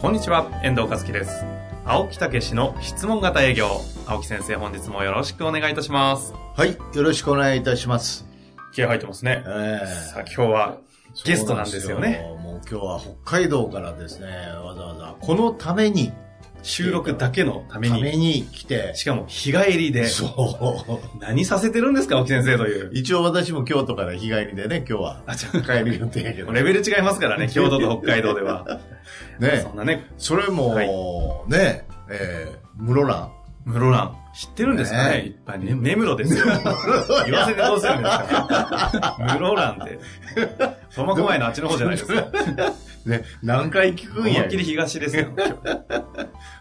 こんにちは、遠藤和樹です。青木武しの質問型営業。青木先生、本日もよろしくお願いいたします。はい、よろしくお願いいたします。気合入ってますねえ。ーさあ、今日はゲストなんですよね。。そうなんですよもう今日は北海道からですね、わざわざこのために、収録だけのためために。に来て、しかも日帰りで。そう。何させてるんですか、青木先生という。一応私も京都から日帰りでね、今日はあ、ちょ帰る予定やけど。レベル違いますからね、京都と北海道では。ねそ、んなね、それも、はいね、えー、室蘭。室蘭、知ってるんですかねねいっぱいね、根室ですよ。言わせてどうするんですか室蘭 って。苫小牧のあっちの方じゃないですか。ね、何回聞く思んやいっき。り東ですよ。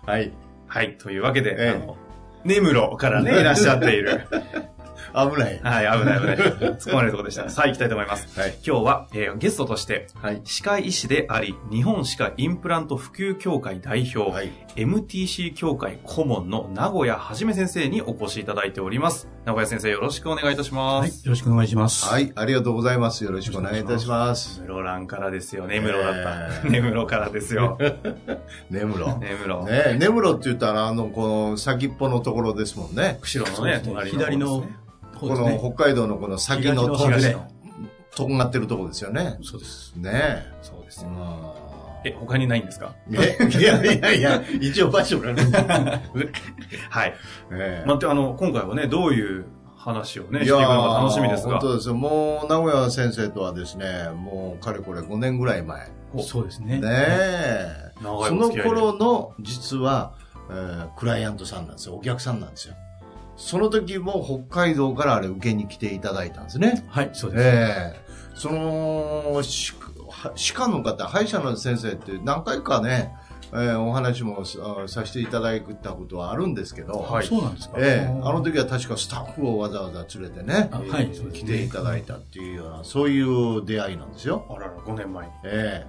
はい。はい。というわけで、ええあの、根室からね、いらっしゃっている。危ない。はい、危ない危ない。突っ込まれるとこでした。さあ、行きたいと思います。はい。今日は、えーゲストとして、はい。歯科医師であり、日本歯科インプラント普及協会代表、はい。 MTC 協会顧問の名古屋はじめ先生にお越しいただいております。名古屋先生、よろしくお願いいたしまはい、よす。ろしくお願いします。。はいい、ありがとうございます。よろしくお願いいたします。室蘭からですよ。根室だった。えー根室からですよ。根根室。室。ね、根室って言ったら、あの、この先っぽのところですもんね。釧路のそうでね、すね隣の方ですね。左のここの北海道のこの先のとん東で、のとんがってるとこですよね。そうです。ねそうですえ。うよ。んえ、他にないんですかえ、いやいやいや、一応場所があ るんだ。はい。ええまあ、てあの、今回はね、どういう話をね、していいくやのーか楽しみですが本。当ですよ。もう、名古屋先生とはですね、もう、かれこれ5年ぐらい前。おそうですね。ねえ。長いそおの付き合いで頃の、実は、えークライアントさんなんですよ。お客さんなんですよ。その時も北海道からあれ受けに来ていただいたんですね。はい、そうです。ええその歯科歯科の方歯医者の先生って何回かね、ええお話もあさせていただいたことはあるんですけど、はいそうなんですか。ええーあの。時は確かスタッフをわざわざ連れてね、あはい、そうです来ねていただいたっていうようなそういう出会いなんですよ。あらら、5年前に。え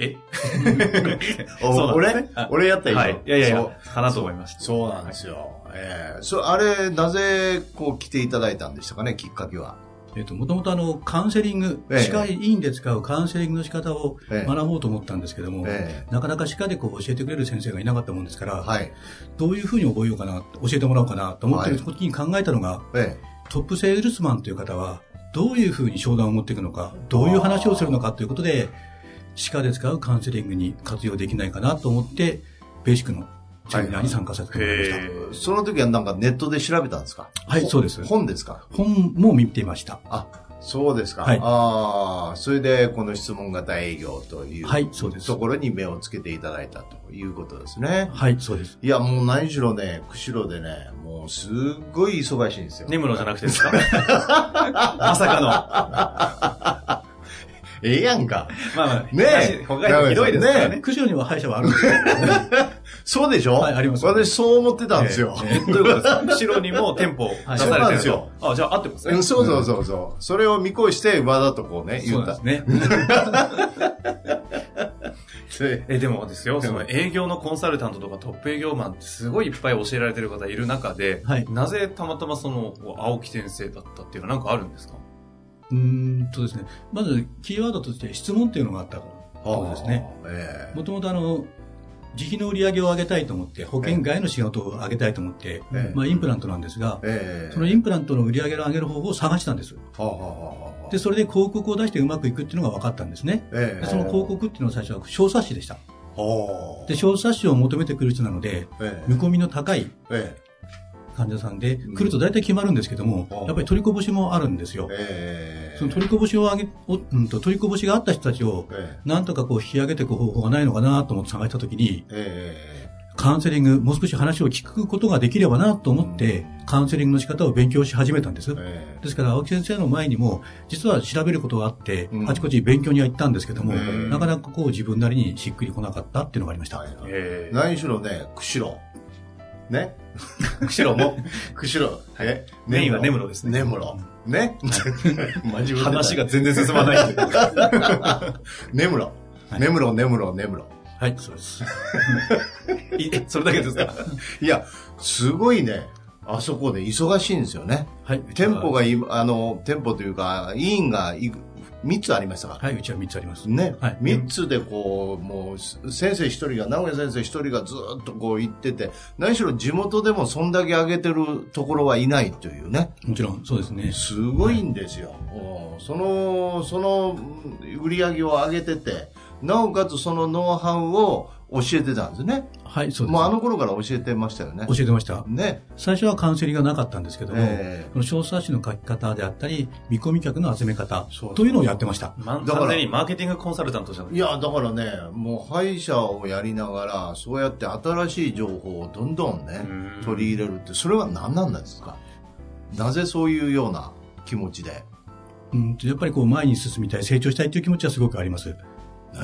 ええおそうなん俺ですね俺やったは今い。いやいやいそうや、かなと思いました。そうなんですよ。ええそあれ、なぜ、こう、来ていただいたんでしたかね、きっかけは。えっと、もともとあの、カウンセリング、ええ歯科医院で使うカウンセリングの仕方をええ学ぼうと思ったんですけども、えなかなか歯科でこう教えてくれる先生がいなかったもんですから、えはい。どういうふうに覚えようかな、教えてもらおうかなと思ってる時に考えたのが、えトップセールスマンという方は、どういうふうに商談を持っていくのか、どういう話をするのかということで、歯科で使うカウンセリングに活用できないかなと思って、ベーシックのチャンネルに参加させてもらいましへえその時はなんかネットで調べたんですかた。はい、そうです。本ですか本も見ていました。そうですか。はいああ、それでこの質問型営業という、はい、そうですと。ころに目をつけていただいたということですね。はい、そうです。いや、もう何しろね、釧路でね、もうすっごい忙しいんですよ。根室じゃなくて ですかまさかの。まあええやんか。まあ、ねえ東他にひどいですからね。九条には歯医者はあるんで すけど、そうでしょはいあります私そう思ってたんですよ。ええということですか後ろにも店舗出されてるんですそうなよん。あ、じゃあ合ってます うねん。そうそうそうそう、それを見越して、わざとこうね、そ言うっなたん。ですね。でえ、でもですよ、その営業のコンサルタントとかトップ営業マンってすごいいっぱい教えられてる方いる中で、はいなぜたまたまその青木先生だったっていうのはなんかあるんですかうーんとですね、まずキーワードとして質問っていうのがあったそうですね。ああええもともとあの、自費の売り上げを上げたいと思って、保険外の仕事を上げたいと思って、ええまあインプラントなんですが、ええそのインプラントの売り上げを上げる方法を探したんです。はあはあはあはあで、それで広告を出してうまくいくっていうのが分かったんですね。ええでその広告っていうのは最初は小冊子でした。はあで、小冊子を求めてくる人なので、ええ見込みの高いえ患者さんで、うん来ると大体決まるんですけどもああ、やっぱり取りこぼしもあるんですよえ。ええその取りこぼしを上げ、おうんと、取りこぼしがあった人たちを、えなんとかこう引き上げていく方法がないのかなと思って探したときに、えええカウンセリング、もう少し話を聞くことができればなと思って、カウンセリングの仕方を勉強し始めたんです。えですから、青木先生の前にも、実は調べることがあって、うんあちこち勉強には行ったんですけども、うんなかなかこう自分なりにしっくりこなかったっていうのがありましえた。はいはいえ何しろね、釧路。ね。釧路も、釧路。えメインは根室ですね根室。ね。真面目えだ話が。全然進ま ないんで。根室。はい根室、根室、根室。はい、そ うです。いえそれだけですかいや、すごいね、あそこで忙しいんですよね。はい。店舗はが今、あの、店舗というか、委員がいく3つありましたから。い、うちは3つあります。ね、はい3つでこう、もう、先生一人が、直江先生一人がずーっとこう行ってて、何しろ地元でもそんだけ上げてるところはいないというね、もちろん、そうですね。すごいんですよ。うんその、そのうん売り上げを上げてて、なおかつそのノウハウを教えてたんですね。はい、そうです。もうあの頃から教えてましたよね。教えてました。ね。最初はカウンセリングがなかったんですけども、ええその小冊子の書き方であったり、見込み客の集め方そうというのをやってました。まだから完全にマーケティングコンサルタントじゃないいや、だからね、もう歯医者をやりながら、そうやって新しい情報をどんどんね、うん取り入れるって、それは何なんですかなぜそういうような気持ちで。ねうんと、やっぱりこう前に進みたい、成長したいという気持ちはすごくあります。え。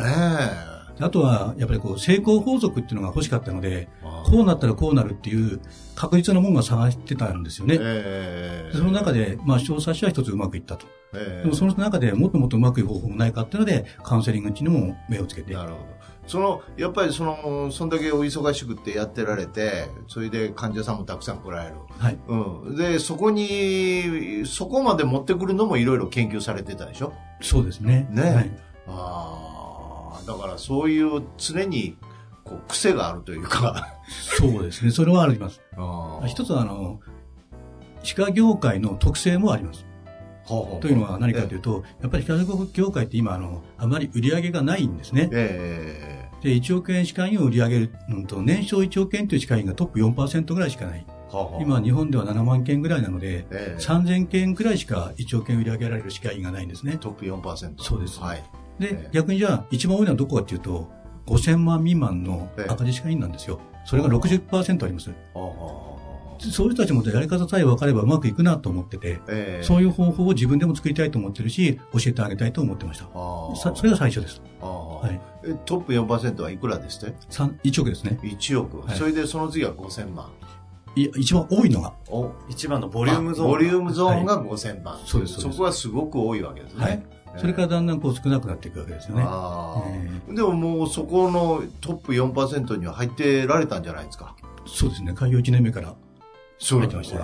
あとは、やっぱりこう成功法則っていうのが欲しかったので、あーこうなったらこうなるっていう確実なものが探してたんですよね。ええその中で、まあ、小冊子は一つうまくいったと。ええでもその中でもっともっとうまくいく方法もないかっていうので、カウンセリングっていうのも目をつけて。なるほど。その、やっぱりその、そんだけお忙しくってやってられて、それで患者さんもたくさん来られる。はい。うん。で、そこに、そこまで持ってくるのもいろいろ研究されてたでしょそうですね。ねはい。ああ、だからそういう常にこう癖があるというか。そうですね。それは あります。あ一つは、あの、歯科業界の特性もあります。というのは何かといううと、やっぱり歯科業界って今、あの、あまり売り上げがないんですね。えで、1億円歯科医を売り上げるのと、年商1億円という歯科医がトップ4%ぐらいしかない。えはあはあ今、日本では7万件ぐらいなので、ええ3000件ぐらいしか1億円売り上げられる歯科医がないんですね。トップ4%。そうですはい。えでえ、逆にじゃあ、一番多いのはどこかっていうと、5000万未満の赤字歯科医なんですよ。それが60%あります。はあはあはあそういう人たちもやり方さえ分かればうまくいくなと思ってて、ええそういう方法を自分でも作りたいと思ってるし、教えてあげたいと思ってました。ああさそれが最初です。ああはい。えトップ4%はいくらですって三1億ですね。 ?1 億、はいそれでその次は5000万。いや一番多いのが。お一番のボリュームゾーン。ボリュームゾーンが5000万。そうですそうですそこはすごく多いわけですね。はいええそれからだんだんこう少なくなっていくわけですよね。ああえでももうそこのトップ4%には入ってられたんじゃないですか。そうですね。開業1年目から。そうなんですよ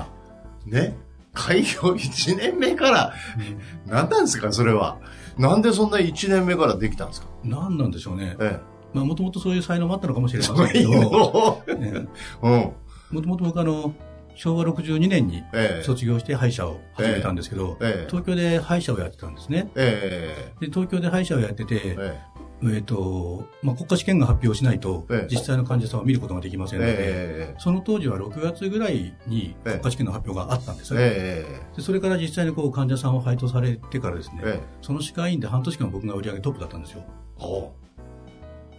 ね。開業1年目から、何なんですか、それは。なんでそんな1年目からできたんですか。何なんでしょうね。えまあもともとそういう才能もあったのかもしれえ。ません けど、のえうん。えもともと僕あの、昭和62年にええ。卒業して歯医者を始めたんですけど、ええ。東京で歯医者をやってたんですね。えで、東京で歯医者をやっててえ。え、え。えっ、と、まあ、国家試験が発表しないとええ、実際の患者さんを見ることができませんので、ええ。その当時は6月ぐらいに国家試験の発表があったんです。えでそれから実際にこう患者さんを配当されてからですねえ。、ええ。その歯科医院で半年間僕が売り上げトップだったんですよ。ほう。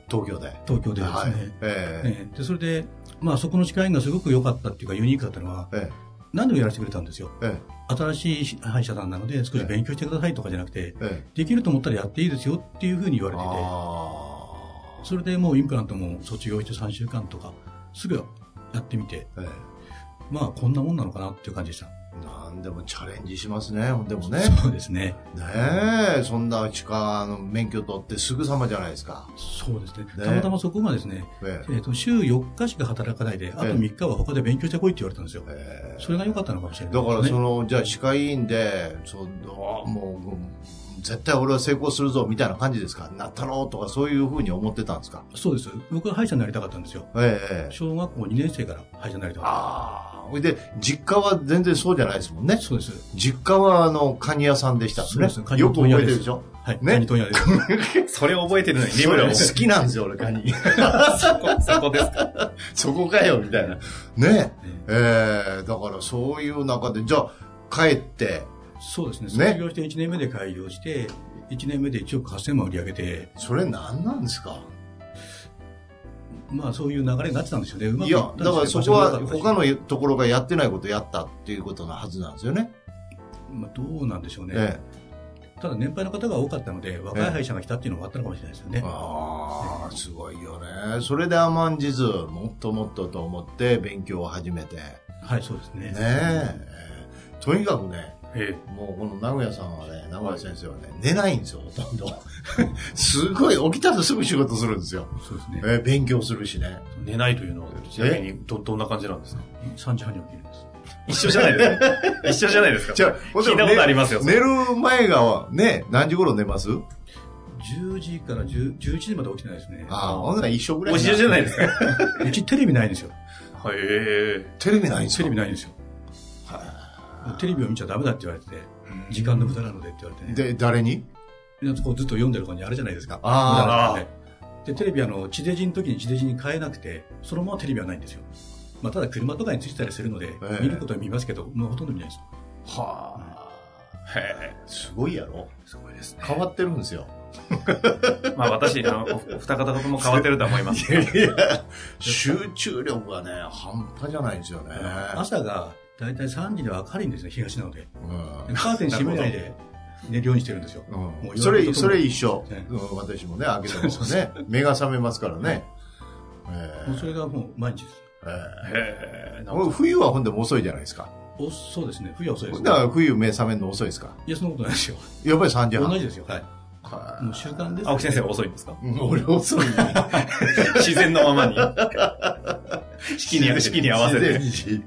東京で。東京でですはね。い。ええ。ええでそれで、まあ、そこの歯科医院がすごく良かったっていうか、ユニークだったのは、え何でもやらせてくれたんですよ。え。え新しい歯医者さんなので、少し勉強してくださいとかじゃなくて、え。ええ。できると思ったらやっていいですよっていうふうに言われてて、あそれでもうインプラントも卒業して3週間とか、すぐやってみて、あ。ええ。まあこんなもんなのかなっていう感じでした。なんでもチャレンジしますね、でもね。そうですね。ねえ、そんな地下の免許取ってすぐさまじゃないですか。そうですね。たまたまそこがですね、ええー、と週4日しか働かないで、あとええ3日は他で勉強してこいって言われたんですよえ。ええそれが良かったのかもしれない、だね。からその、じゃあ歯科医院で、そうああもううん、絶対俺は成功するぞみたいな感じですかなったろうとかそういうふうに思ってたんですかそうです。僕は歯医者になりたかったんですよ。ええええ。小学校2年生から歯医者になりたかっああ。ほいで、実家は全然そうじゃないですもんねた。。そうです。実家はあの、カニ屋さんでしたもんね。そうですよく覚えてるでしょはい。ねカニ 問屋です。それ覚えてるのに、リムラを。好きなんですよ、俺、カニ。 そこ、そこですか。そこかよ、みたいな。ねえ。ええだからそういう中で、じゃあ、帰って、そうですね。ね卒業して1年目で開業して、1年目で1億8000万売り上げて、それ何なんですかまあそういう流れになってたんでしょうね。うまいくいやったんでしだょかうらねそこは場所他も良かったしのところがやってないことをやったっていうことのはずなんですよね。まあ、どうなんでしょうね、えただ年配の方が多かったので、若い歯医者が来たっていうのはあったのかもしれないですよねえ、。ああすごいよねそれで甘んじずもっともっとと思って勉強を始めてねはい、そうですね。ええとにかくねえもうこの名古屋さんはね名古屋先生はね寝ないんですよほとんど すごい起きたらすぐ仕事するんですよ、えそうですね。ええ勉強するしね寝ないというのは、ちなみにど、どんな感じなんですか3時半に起きるんです。一緒じゃないです か一緒じゃないですかじゃあ聞いたことありますよ。寝る前がね何時頃寝ます10時から10 11時まで起きてないですね。ああほんなら一緒ぐらいお一緒じゃないです かへうちテレビないんですよ。え。テレビないんですテよレビないんですよ。テレビを見ちゃダメだって言われてて、時間の無駄なのでって言われてね。で誰にみんなこうずっと読んでる感じあるじゃないですか。ああ無駄なのでで、テレビあの、地デジの時に地デジに変えなくて、そのままテレビはないんですよ。まあ、ただ車とかについてたりするので、ええ見ることは見ますけど、もうほとんど見ないです。はへあすごいやろすごいですね。変わってるんですよえまあ私、あの、おお二方とも変わってると思います。いや集中力がね半端じゃないんですよね、朝が大体3時では明るいんですね、東 なので。うんカーテン閉めないで寝るようにしてるんですよ。うんもうそれ夜それ一緒、ねうん私もね開けてますね目が覚めますからね、えもうそれがもう毎日です。ええへえ。えなんもうか冬はほんでも遅いじゃないですかおそうですね。冬は遅いです、だね。からい冬目覚めるの遅いですかや、そんなことないですよ。やっぱり3時半同じですよ。はい。もう習慣です、青木先生は遅いんですかうん俺 遅い自然のままに。 式に、式に合わせて。自然に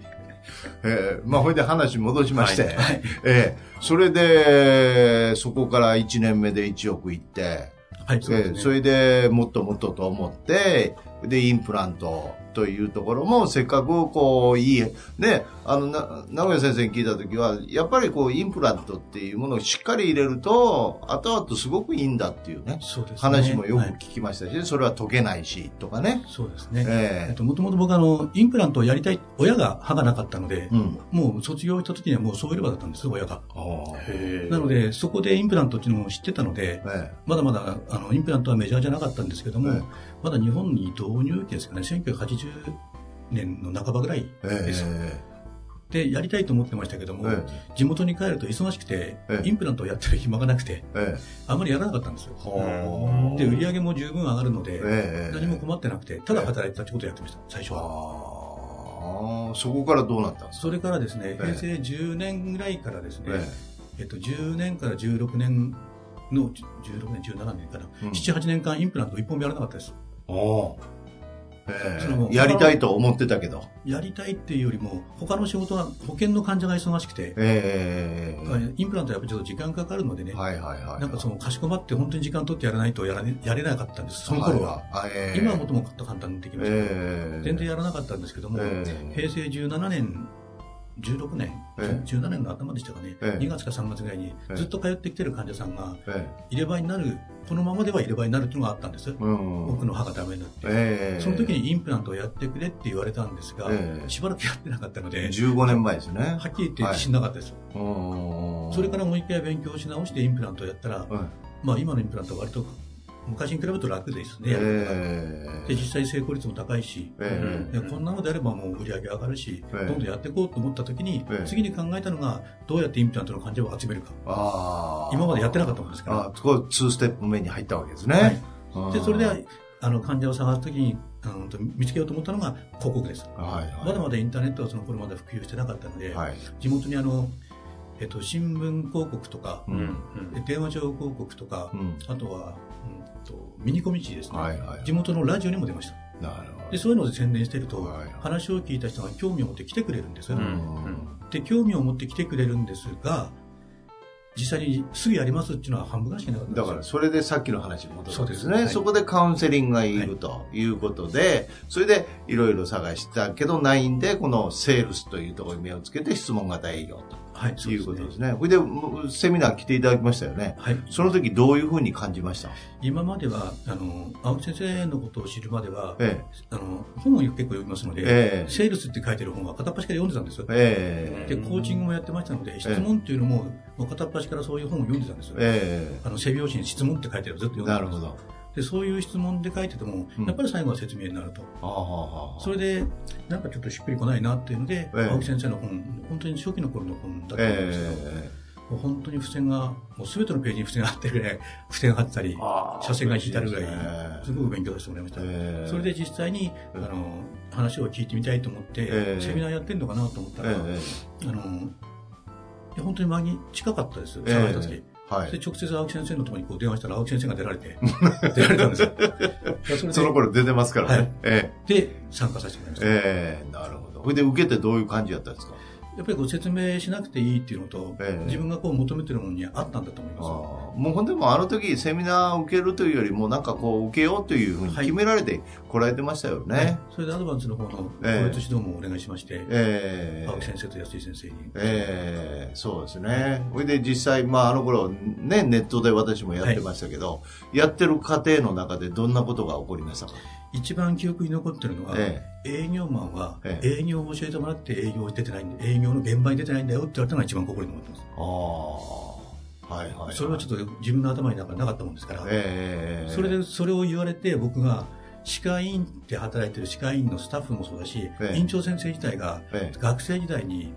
えーまあ、ほいで話戻しまして、はいえーそれで、そこから1年目で1億いって、はい、そうですえーね。それでもっともっとと思って、で、インプラントというところも、せっかくこう、いい、ね、あの、な名古屋先生に聞いたときは、やっぱりこう、インプラントっていうものをしっかり入れると、後々すごくいいんだっていうね、そうですね話もよくはい聞きましたし、それは解けないし、とかね。そうですね。えっえと、もともと僕あの、インプラントをやりたい、親が歯がなかったのでー、うん。もう卒業した時にはもうそういればだったんです、親が。へえなので、そこでインプラントっていうのを知ってたので、えまだまだあのインプラントはメジャーじゃなかったんですけども、ええまだ日本に導入期ですかね、1980年の半ばぐらいええです。えで、やりたいと思ってましたけども、え地元に帰ると忙しくて、ええインプラントをやってる暇がなくて、えあんまりやらなかったんですよ。えうんで、売り上げも十分上がるので、ええ何も困ってなくて、ただ働いてたってことをやってました、最初は。ああ、そこからどうなったんですかそれからですね、ええ平成10年ぐらいからですね、ええっと、10年から16年の、じゅ16年、17年かな、うん7、8年間インプラント一本もやらなかったです。えええそれもやりたいと思ってたけど。やりたいっていうよりも、他の仕事は保険の患者が忙しくて、ええインプラントはやっぱりちょっと時間かかるのでね、はいはいはい。なんかそのかしこまって本当に時間取ってやらないとやら,、ね、やれなかったんです、その頃は。いいい。ええ今はもっともっと簡単にできましたけど、ええ全然やらなかったんですけども、ええ平成17年、16年、ええ17年の頭でしたかね、ええ2月か3月ぐらいにええずっと通ってきてる患者さんが、え入れ歯になる、このままでは入れ歯になるっていうのがあったんです、えうん。僕の歯がダメになって。ええその時にインプラントをやってくれって言われたんですが、ええしばらくやってなかったので、 15年前ですね。はっきり言って死んなかったです、うんそれからもう一回勉強し直してインプラントをやったら、はいまあ今のインプラントは割と昔に比べると楽ですね、ええで実際成功率も高いし、えでこんなのであればもう売り上げ上がるし、ええどんどんやっていこうと思った時に、ええ次に考えたのがどうやってインプラントの患者を集めるかああ。今までやってなかったももんですあかあ、そこ2ステップ目に入ったわけですら、ね。は、はいでそれであの患者を探す時にうんと見つけようと思ったのが広告です、はいはい。まだまだインターネットはその頃まだ普及してなかったので、はい。地元にあの、えっと、新聞広告とか、ううんん。うん電話帳広告とか、うん。あとは、うんと、ミニコミチですね、はいはい。地元のラジオにも出ました。なるほで、ど。そういうので宣伝してると、はいはい話を聞いた人が興味を持って来てくれるんです、ううんん。で、興味を持って来てくれるんですが、実際にすぐやりますっていうのは半分ぐらいしかなかったんでだすよから、それでさっきの話に戻るんですね。そそうですはいこでカウンセリングがいるということで、それでいろいろ探したけどないんで、このセールスというところに目をつけて質問型営業はい、とそいうでうすことねで。すね。それで、もうセミナー来ていただきましたよね。はい、その時どういうふうに感じました今まではあの青木先生のことを知るまでは、えあの本を結構読みますのえ。で、ええ。セールスって書いてる本は片っ端から読んでたんですよ、ええ。でコーチングもやってましたので質問っていうのももう片っ端からそういう本を読んでたんですよ、えあの背表紙に質問って書いてあるずっとえ。読んでなたるんでほすど。でそういう質問で書いてても、うんやっぱり最後は説明になると。ああああそれで、なんかちょっとしっくりこないなっていうので、ええ青木先生の本、本当に初期の頃の本だったんですけど、えもう本当に付箋が、もう全てのページに付箋があってるぐらい、 付箋が貼ってたりえ、ああ斜線が引いてあるぐ嬉しいですらねい、すごく勉強させてもらいました。ええそれで実際に、あの、話を聞いてみたいと思って、ええセミナーやってんのかなと思ったら、えあの、いや本当に前に近かったです、え騒いだ時。えはでい直接青木先生のところにこう電話したら青木先生が出ら れて、出られたんですよ。だからそれでその頃出てますからね、はいえで、参加させてもらいまえした。ええなるほどそれで受けてどういう感じやったんですかやっぱりご説明しなくていいっていうのと、ええ自分がこう求めてるものにあったんだと思いあまあもうほんでもあの時セミナーを受けるというよりもなんかこう受けようというふうに決められてこられてましたよね、す。はいそれでアドバンスの方の法ええ律指導もお願いしまして、ええ青木先生と安井先生に。ええそうですね。それで実際、まああの頃、ね、ネットで私もやってましたけど、やってる過程の中でどんなことが起こりましたか、一番記憶に残ってるのは、え営業マンはええ営業を教えてもらって営業出てないんで、営業の現場に出てないんだよって言われたのが一番心に残ってます。ああ、はいはい、それはちょっょっと自分の頭になんかなかったもんですから、ええそれでそれを言われて僕が歯科医院って働いてる歯科医院のスタッフもそうだし、ええ院長先生自体がええ学生時代に、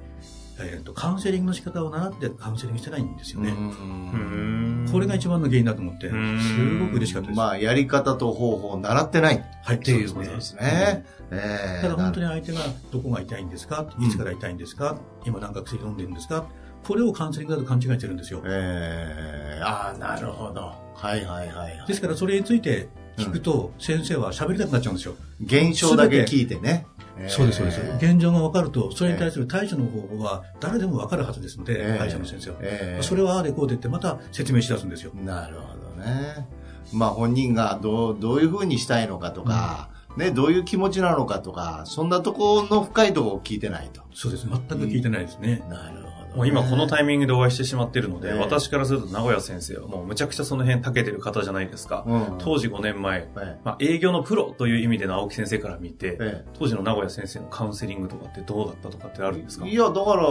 えー、とカウンセリングの仕方を習ってカウンセリングしてないんですようね、んこれが一番の原因だと思ってすんごく嬉しかったです、まあ、やり方と方法を習ってないっはい、っていうことですね。ええただ本当に。に相手がどこが痛いんですかいつから痛いんですか、今何か薬飲んでるんですかこれをカウンセリングだと勘違いしてるんですよええああ、なるほど。はいはいはい、はでい。すからそれについて聞くと先生は喋りたくなっちゃうんですよ、現象だけ聞いてね。そうです、そうです。ええ現状が分かると、それに対する対処の方法は誰でも分かるはずですので、ええ会社の先生は。ええそれはああでこうでってまた説明しだすんですよ。なるほどね。まあ本人がどうどういうふうにしたいのかとか、ね、どういう気持ちなのかとか、そんなとこの深いとこを聞いてないと。そうです。全く聞いてないですね。なるほど、もう今このタイミングでお会いしてしまってるので、ええ私からすると名古屋先生はもうむちゃくちゃその辺長けてる方じゃないですか。うん当時5年前、ええまあ、営業のプロという意味での青木先生から見て、え当時の名古屋先生のカウンセリングとかってどうだったとかってあるんですかえいや、だから、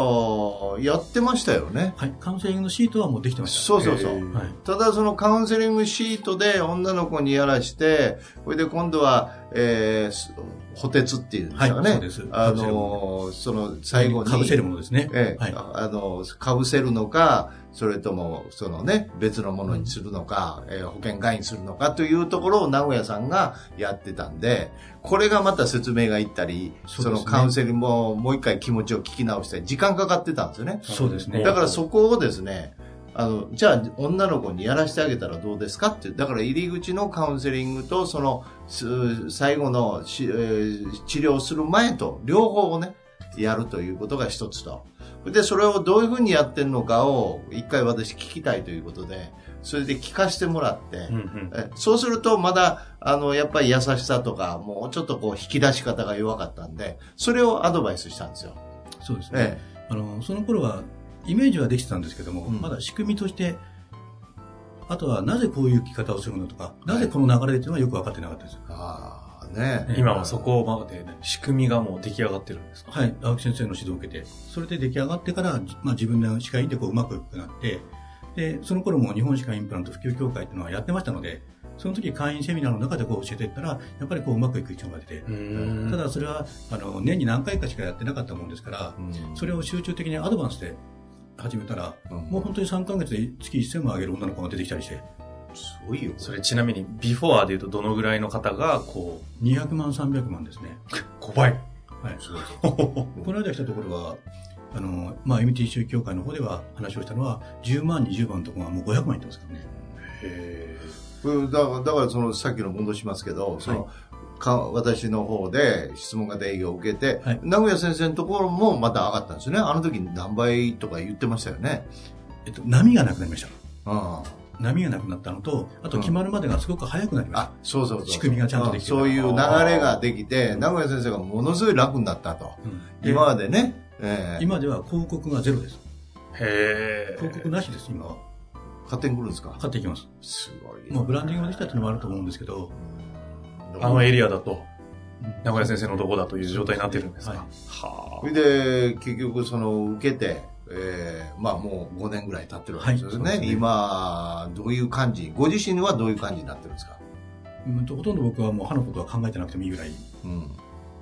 やってましたよね。はい。カウンセリングのシートはもうできてました。そうそうそう。ええはい。ただそのカウンセリングシートで女の子にやらして、それで今度は、えーす、補鉄っていうんですかね。はいそうですあのー、その最後に。かぶせるものですね。ええはい。ああの、かぶせるのか、それとも、そのね、別のものにするのか、えー保険外にするのかというところを名古屋さんがやってたんで、これがまた説明がいったり、そ,、そうですのねカウンセリングももう一回気持ちを聞き直して、時間かかってたんですよね。そうですね。だからそこをですね、あの、じゃあ女の子にやらせてあげたらどうですかって、だから入り口のカウンセリングと、その、す最後のし、えー治療する前と、両方をね、やるということが一つと。で、それをどういうふうにやってるのかを、一回私聞きたいということで、それで聞かせてもらって、うんうんえそうすると、まだ、あの、やっぱり優しさとか、もうちょっとこう、引き出し方が弱かったんで、それをアドバイスしたんですよ。そうですえね。あの、その頃は、イメージはできてたんですけども、うんまだ仕組みとして、あとはなぜこういう聞き方をするのとか、なぜこの流れでっていうのはよく分かってなかったです。え。ああ、ねえ今はそこまで、ね、仕組みがもう出来上がってるんですか、はい、青木先生の指導を受けて、それで出来上がってから、じまあ、自分の歯科医院でこううまくいくなって、で、その頃も日本歯科インプラント普及協会っていうのはやってましたので、その時会員セミナーの中でこう教えていったら、やっぱりこううまくいく一応が出て、うんただそれは、あの、年に何回かしかやってなかったもんですから、それを集中的にアドバンスで始めたら、うんもう本当に3ヶ月で月1000万上げる女の子が出てきたりして、すごいよ。それちなみにビフォアでいうとどのぐらいの方がこ200万、300万ですね。う5倍はい。おこの間来たところは、あの、まあ、MTC 協会の方では話をしたのは、10万、20万のところがもう500万いってますからね。これだからだからそのさっきの戻しますけど、その、か私の方で質問が営業を受けて、はい名古屋先生のところもまた上がったんですよね。あの時に何倍とか言ってましたよね。えっと、波がなくなりました。あ波がなくなったのと、あと決まるまでがすごく早くなりましあ、そうそうそう。仕組みがちゃんとできてるあそういう流れができて、名古屋先生がものすごい楽になったと。た。うんで今までね、ええ今では広告がゼロです。へ広告なしです、今は。勝手に来るんですか買っていきます。すごい。まあ、ブランディングができたっていうのもあると思うんですけど、あの絵。エリアだとうん名古屋先生のどこだという状態になってるんですか、はいはそれで、結局その受けて、えーまあもう5年ぐらい経ってるわけですよね。はいそうですね今、どういう感じ、ご自身はどういう感じになってるんですかうんとほとんど僕はもう歯のことは考えてなくてもいいぐらい、うん。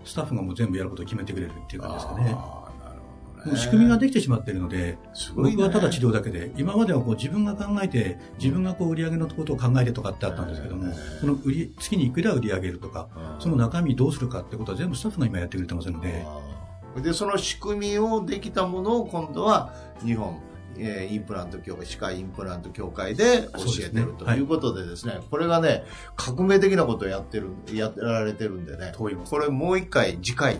スタッフがもう全部やることを決めてくれるっていう感じですかね。ああ、なるほどね。もう仕組みができてしまっているので、すごい、ね。僕はただ治療だけで、今まではこう自分が考えて、自分がこう売り上げのことを考えてとかってあったんですけども、その売り月にいくら売り上げるとか、うん、その中身どうするかってことは全部スタッフが今やってくれてますので、あーでその仕組みをできたものを今度は日本、えーインプラント協会歯科インプラント協会で教えてるそうですねとはいいうことでですねこれがね革命的なことをやってるやられてるんでね遠います。これもう一回次回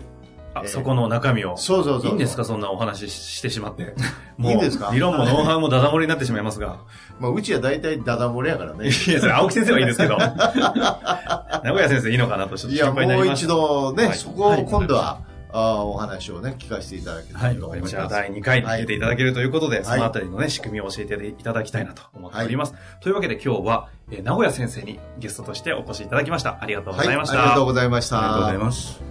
あ、そこの中身を。そうそうそういいんですかそんなお話ししてしまって。 いいんですか理論もノウハウもダダ漏れになってしまいますが。まあ、うちは大体ダダ漏れやからねいや、それ青木先生はいいですけ ど。名古屋先生いいのかなとちょっいと心配やになもうりまし一た。度ね、はいそこを今度は、あーお話をね聞かせていただけたらと思います、じゃあ第2回に出ていただけるということで、いそのあたりのね、仕組みを教えていただきたいなと思っております。というわけで今日は、えー名古屋先生にゲストとしてお越しいただきました。ありがとうごはざい、いあまりした。がとうございましありがとうごたざい。ます。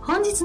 本日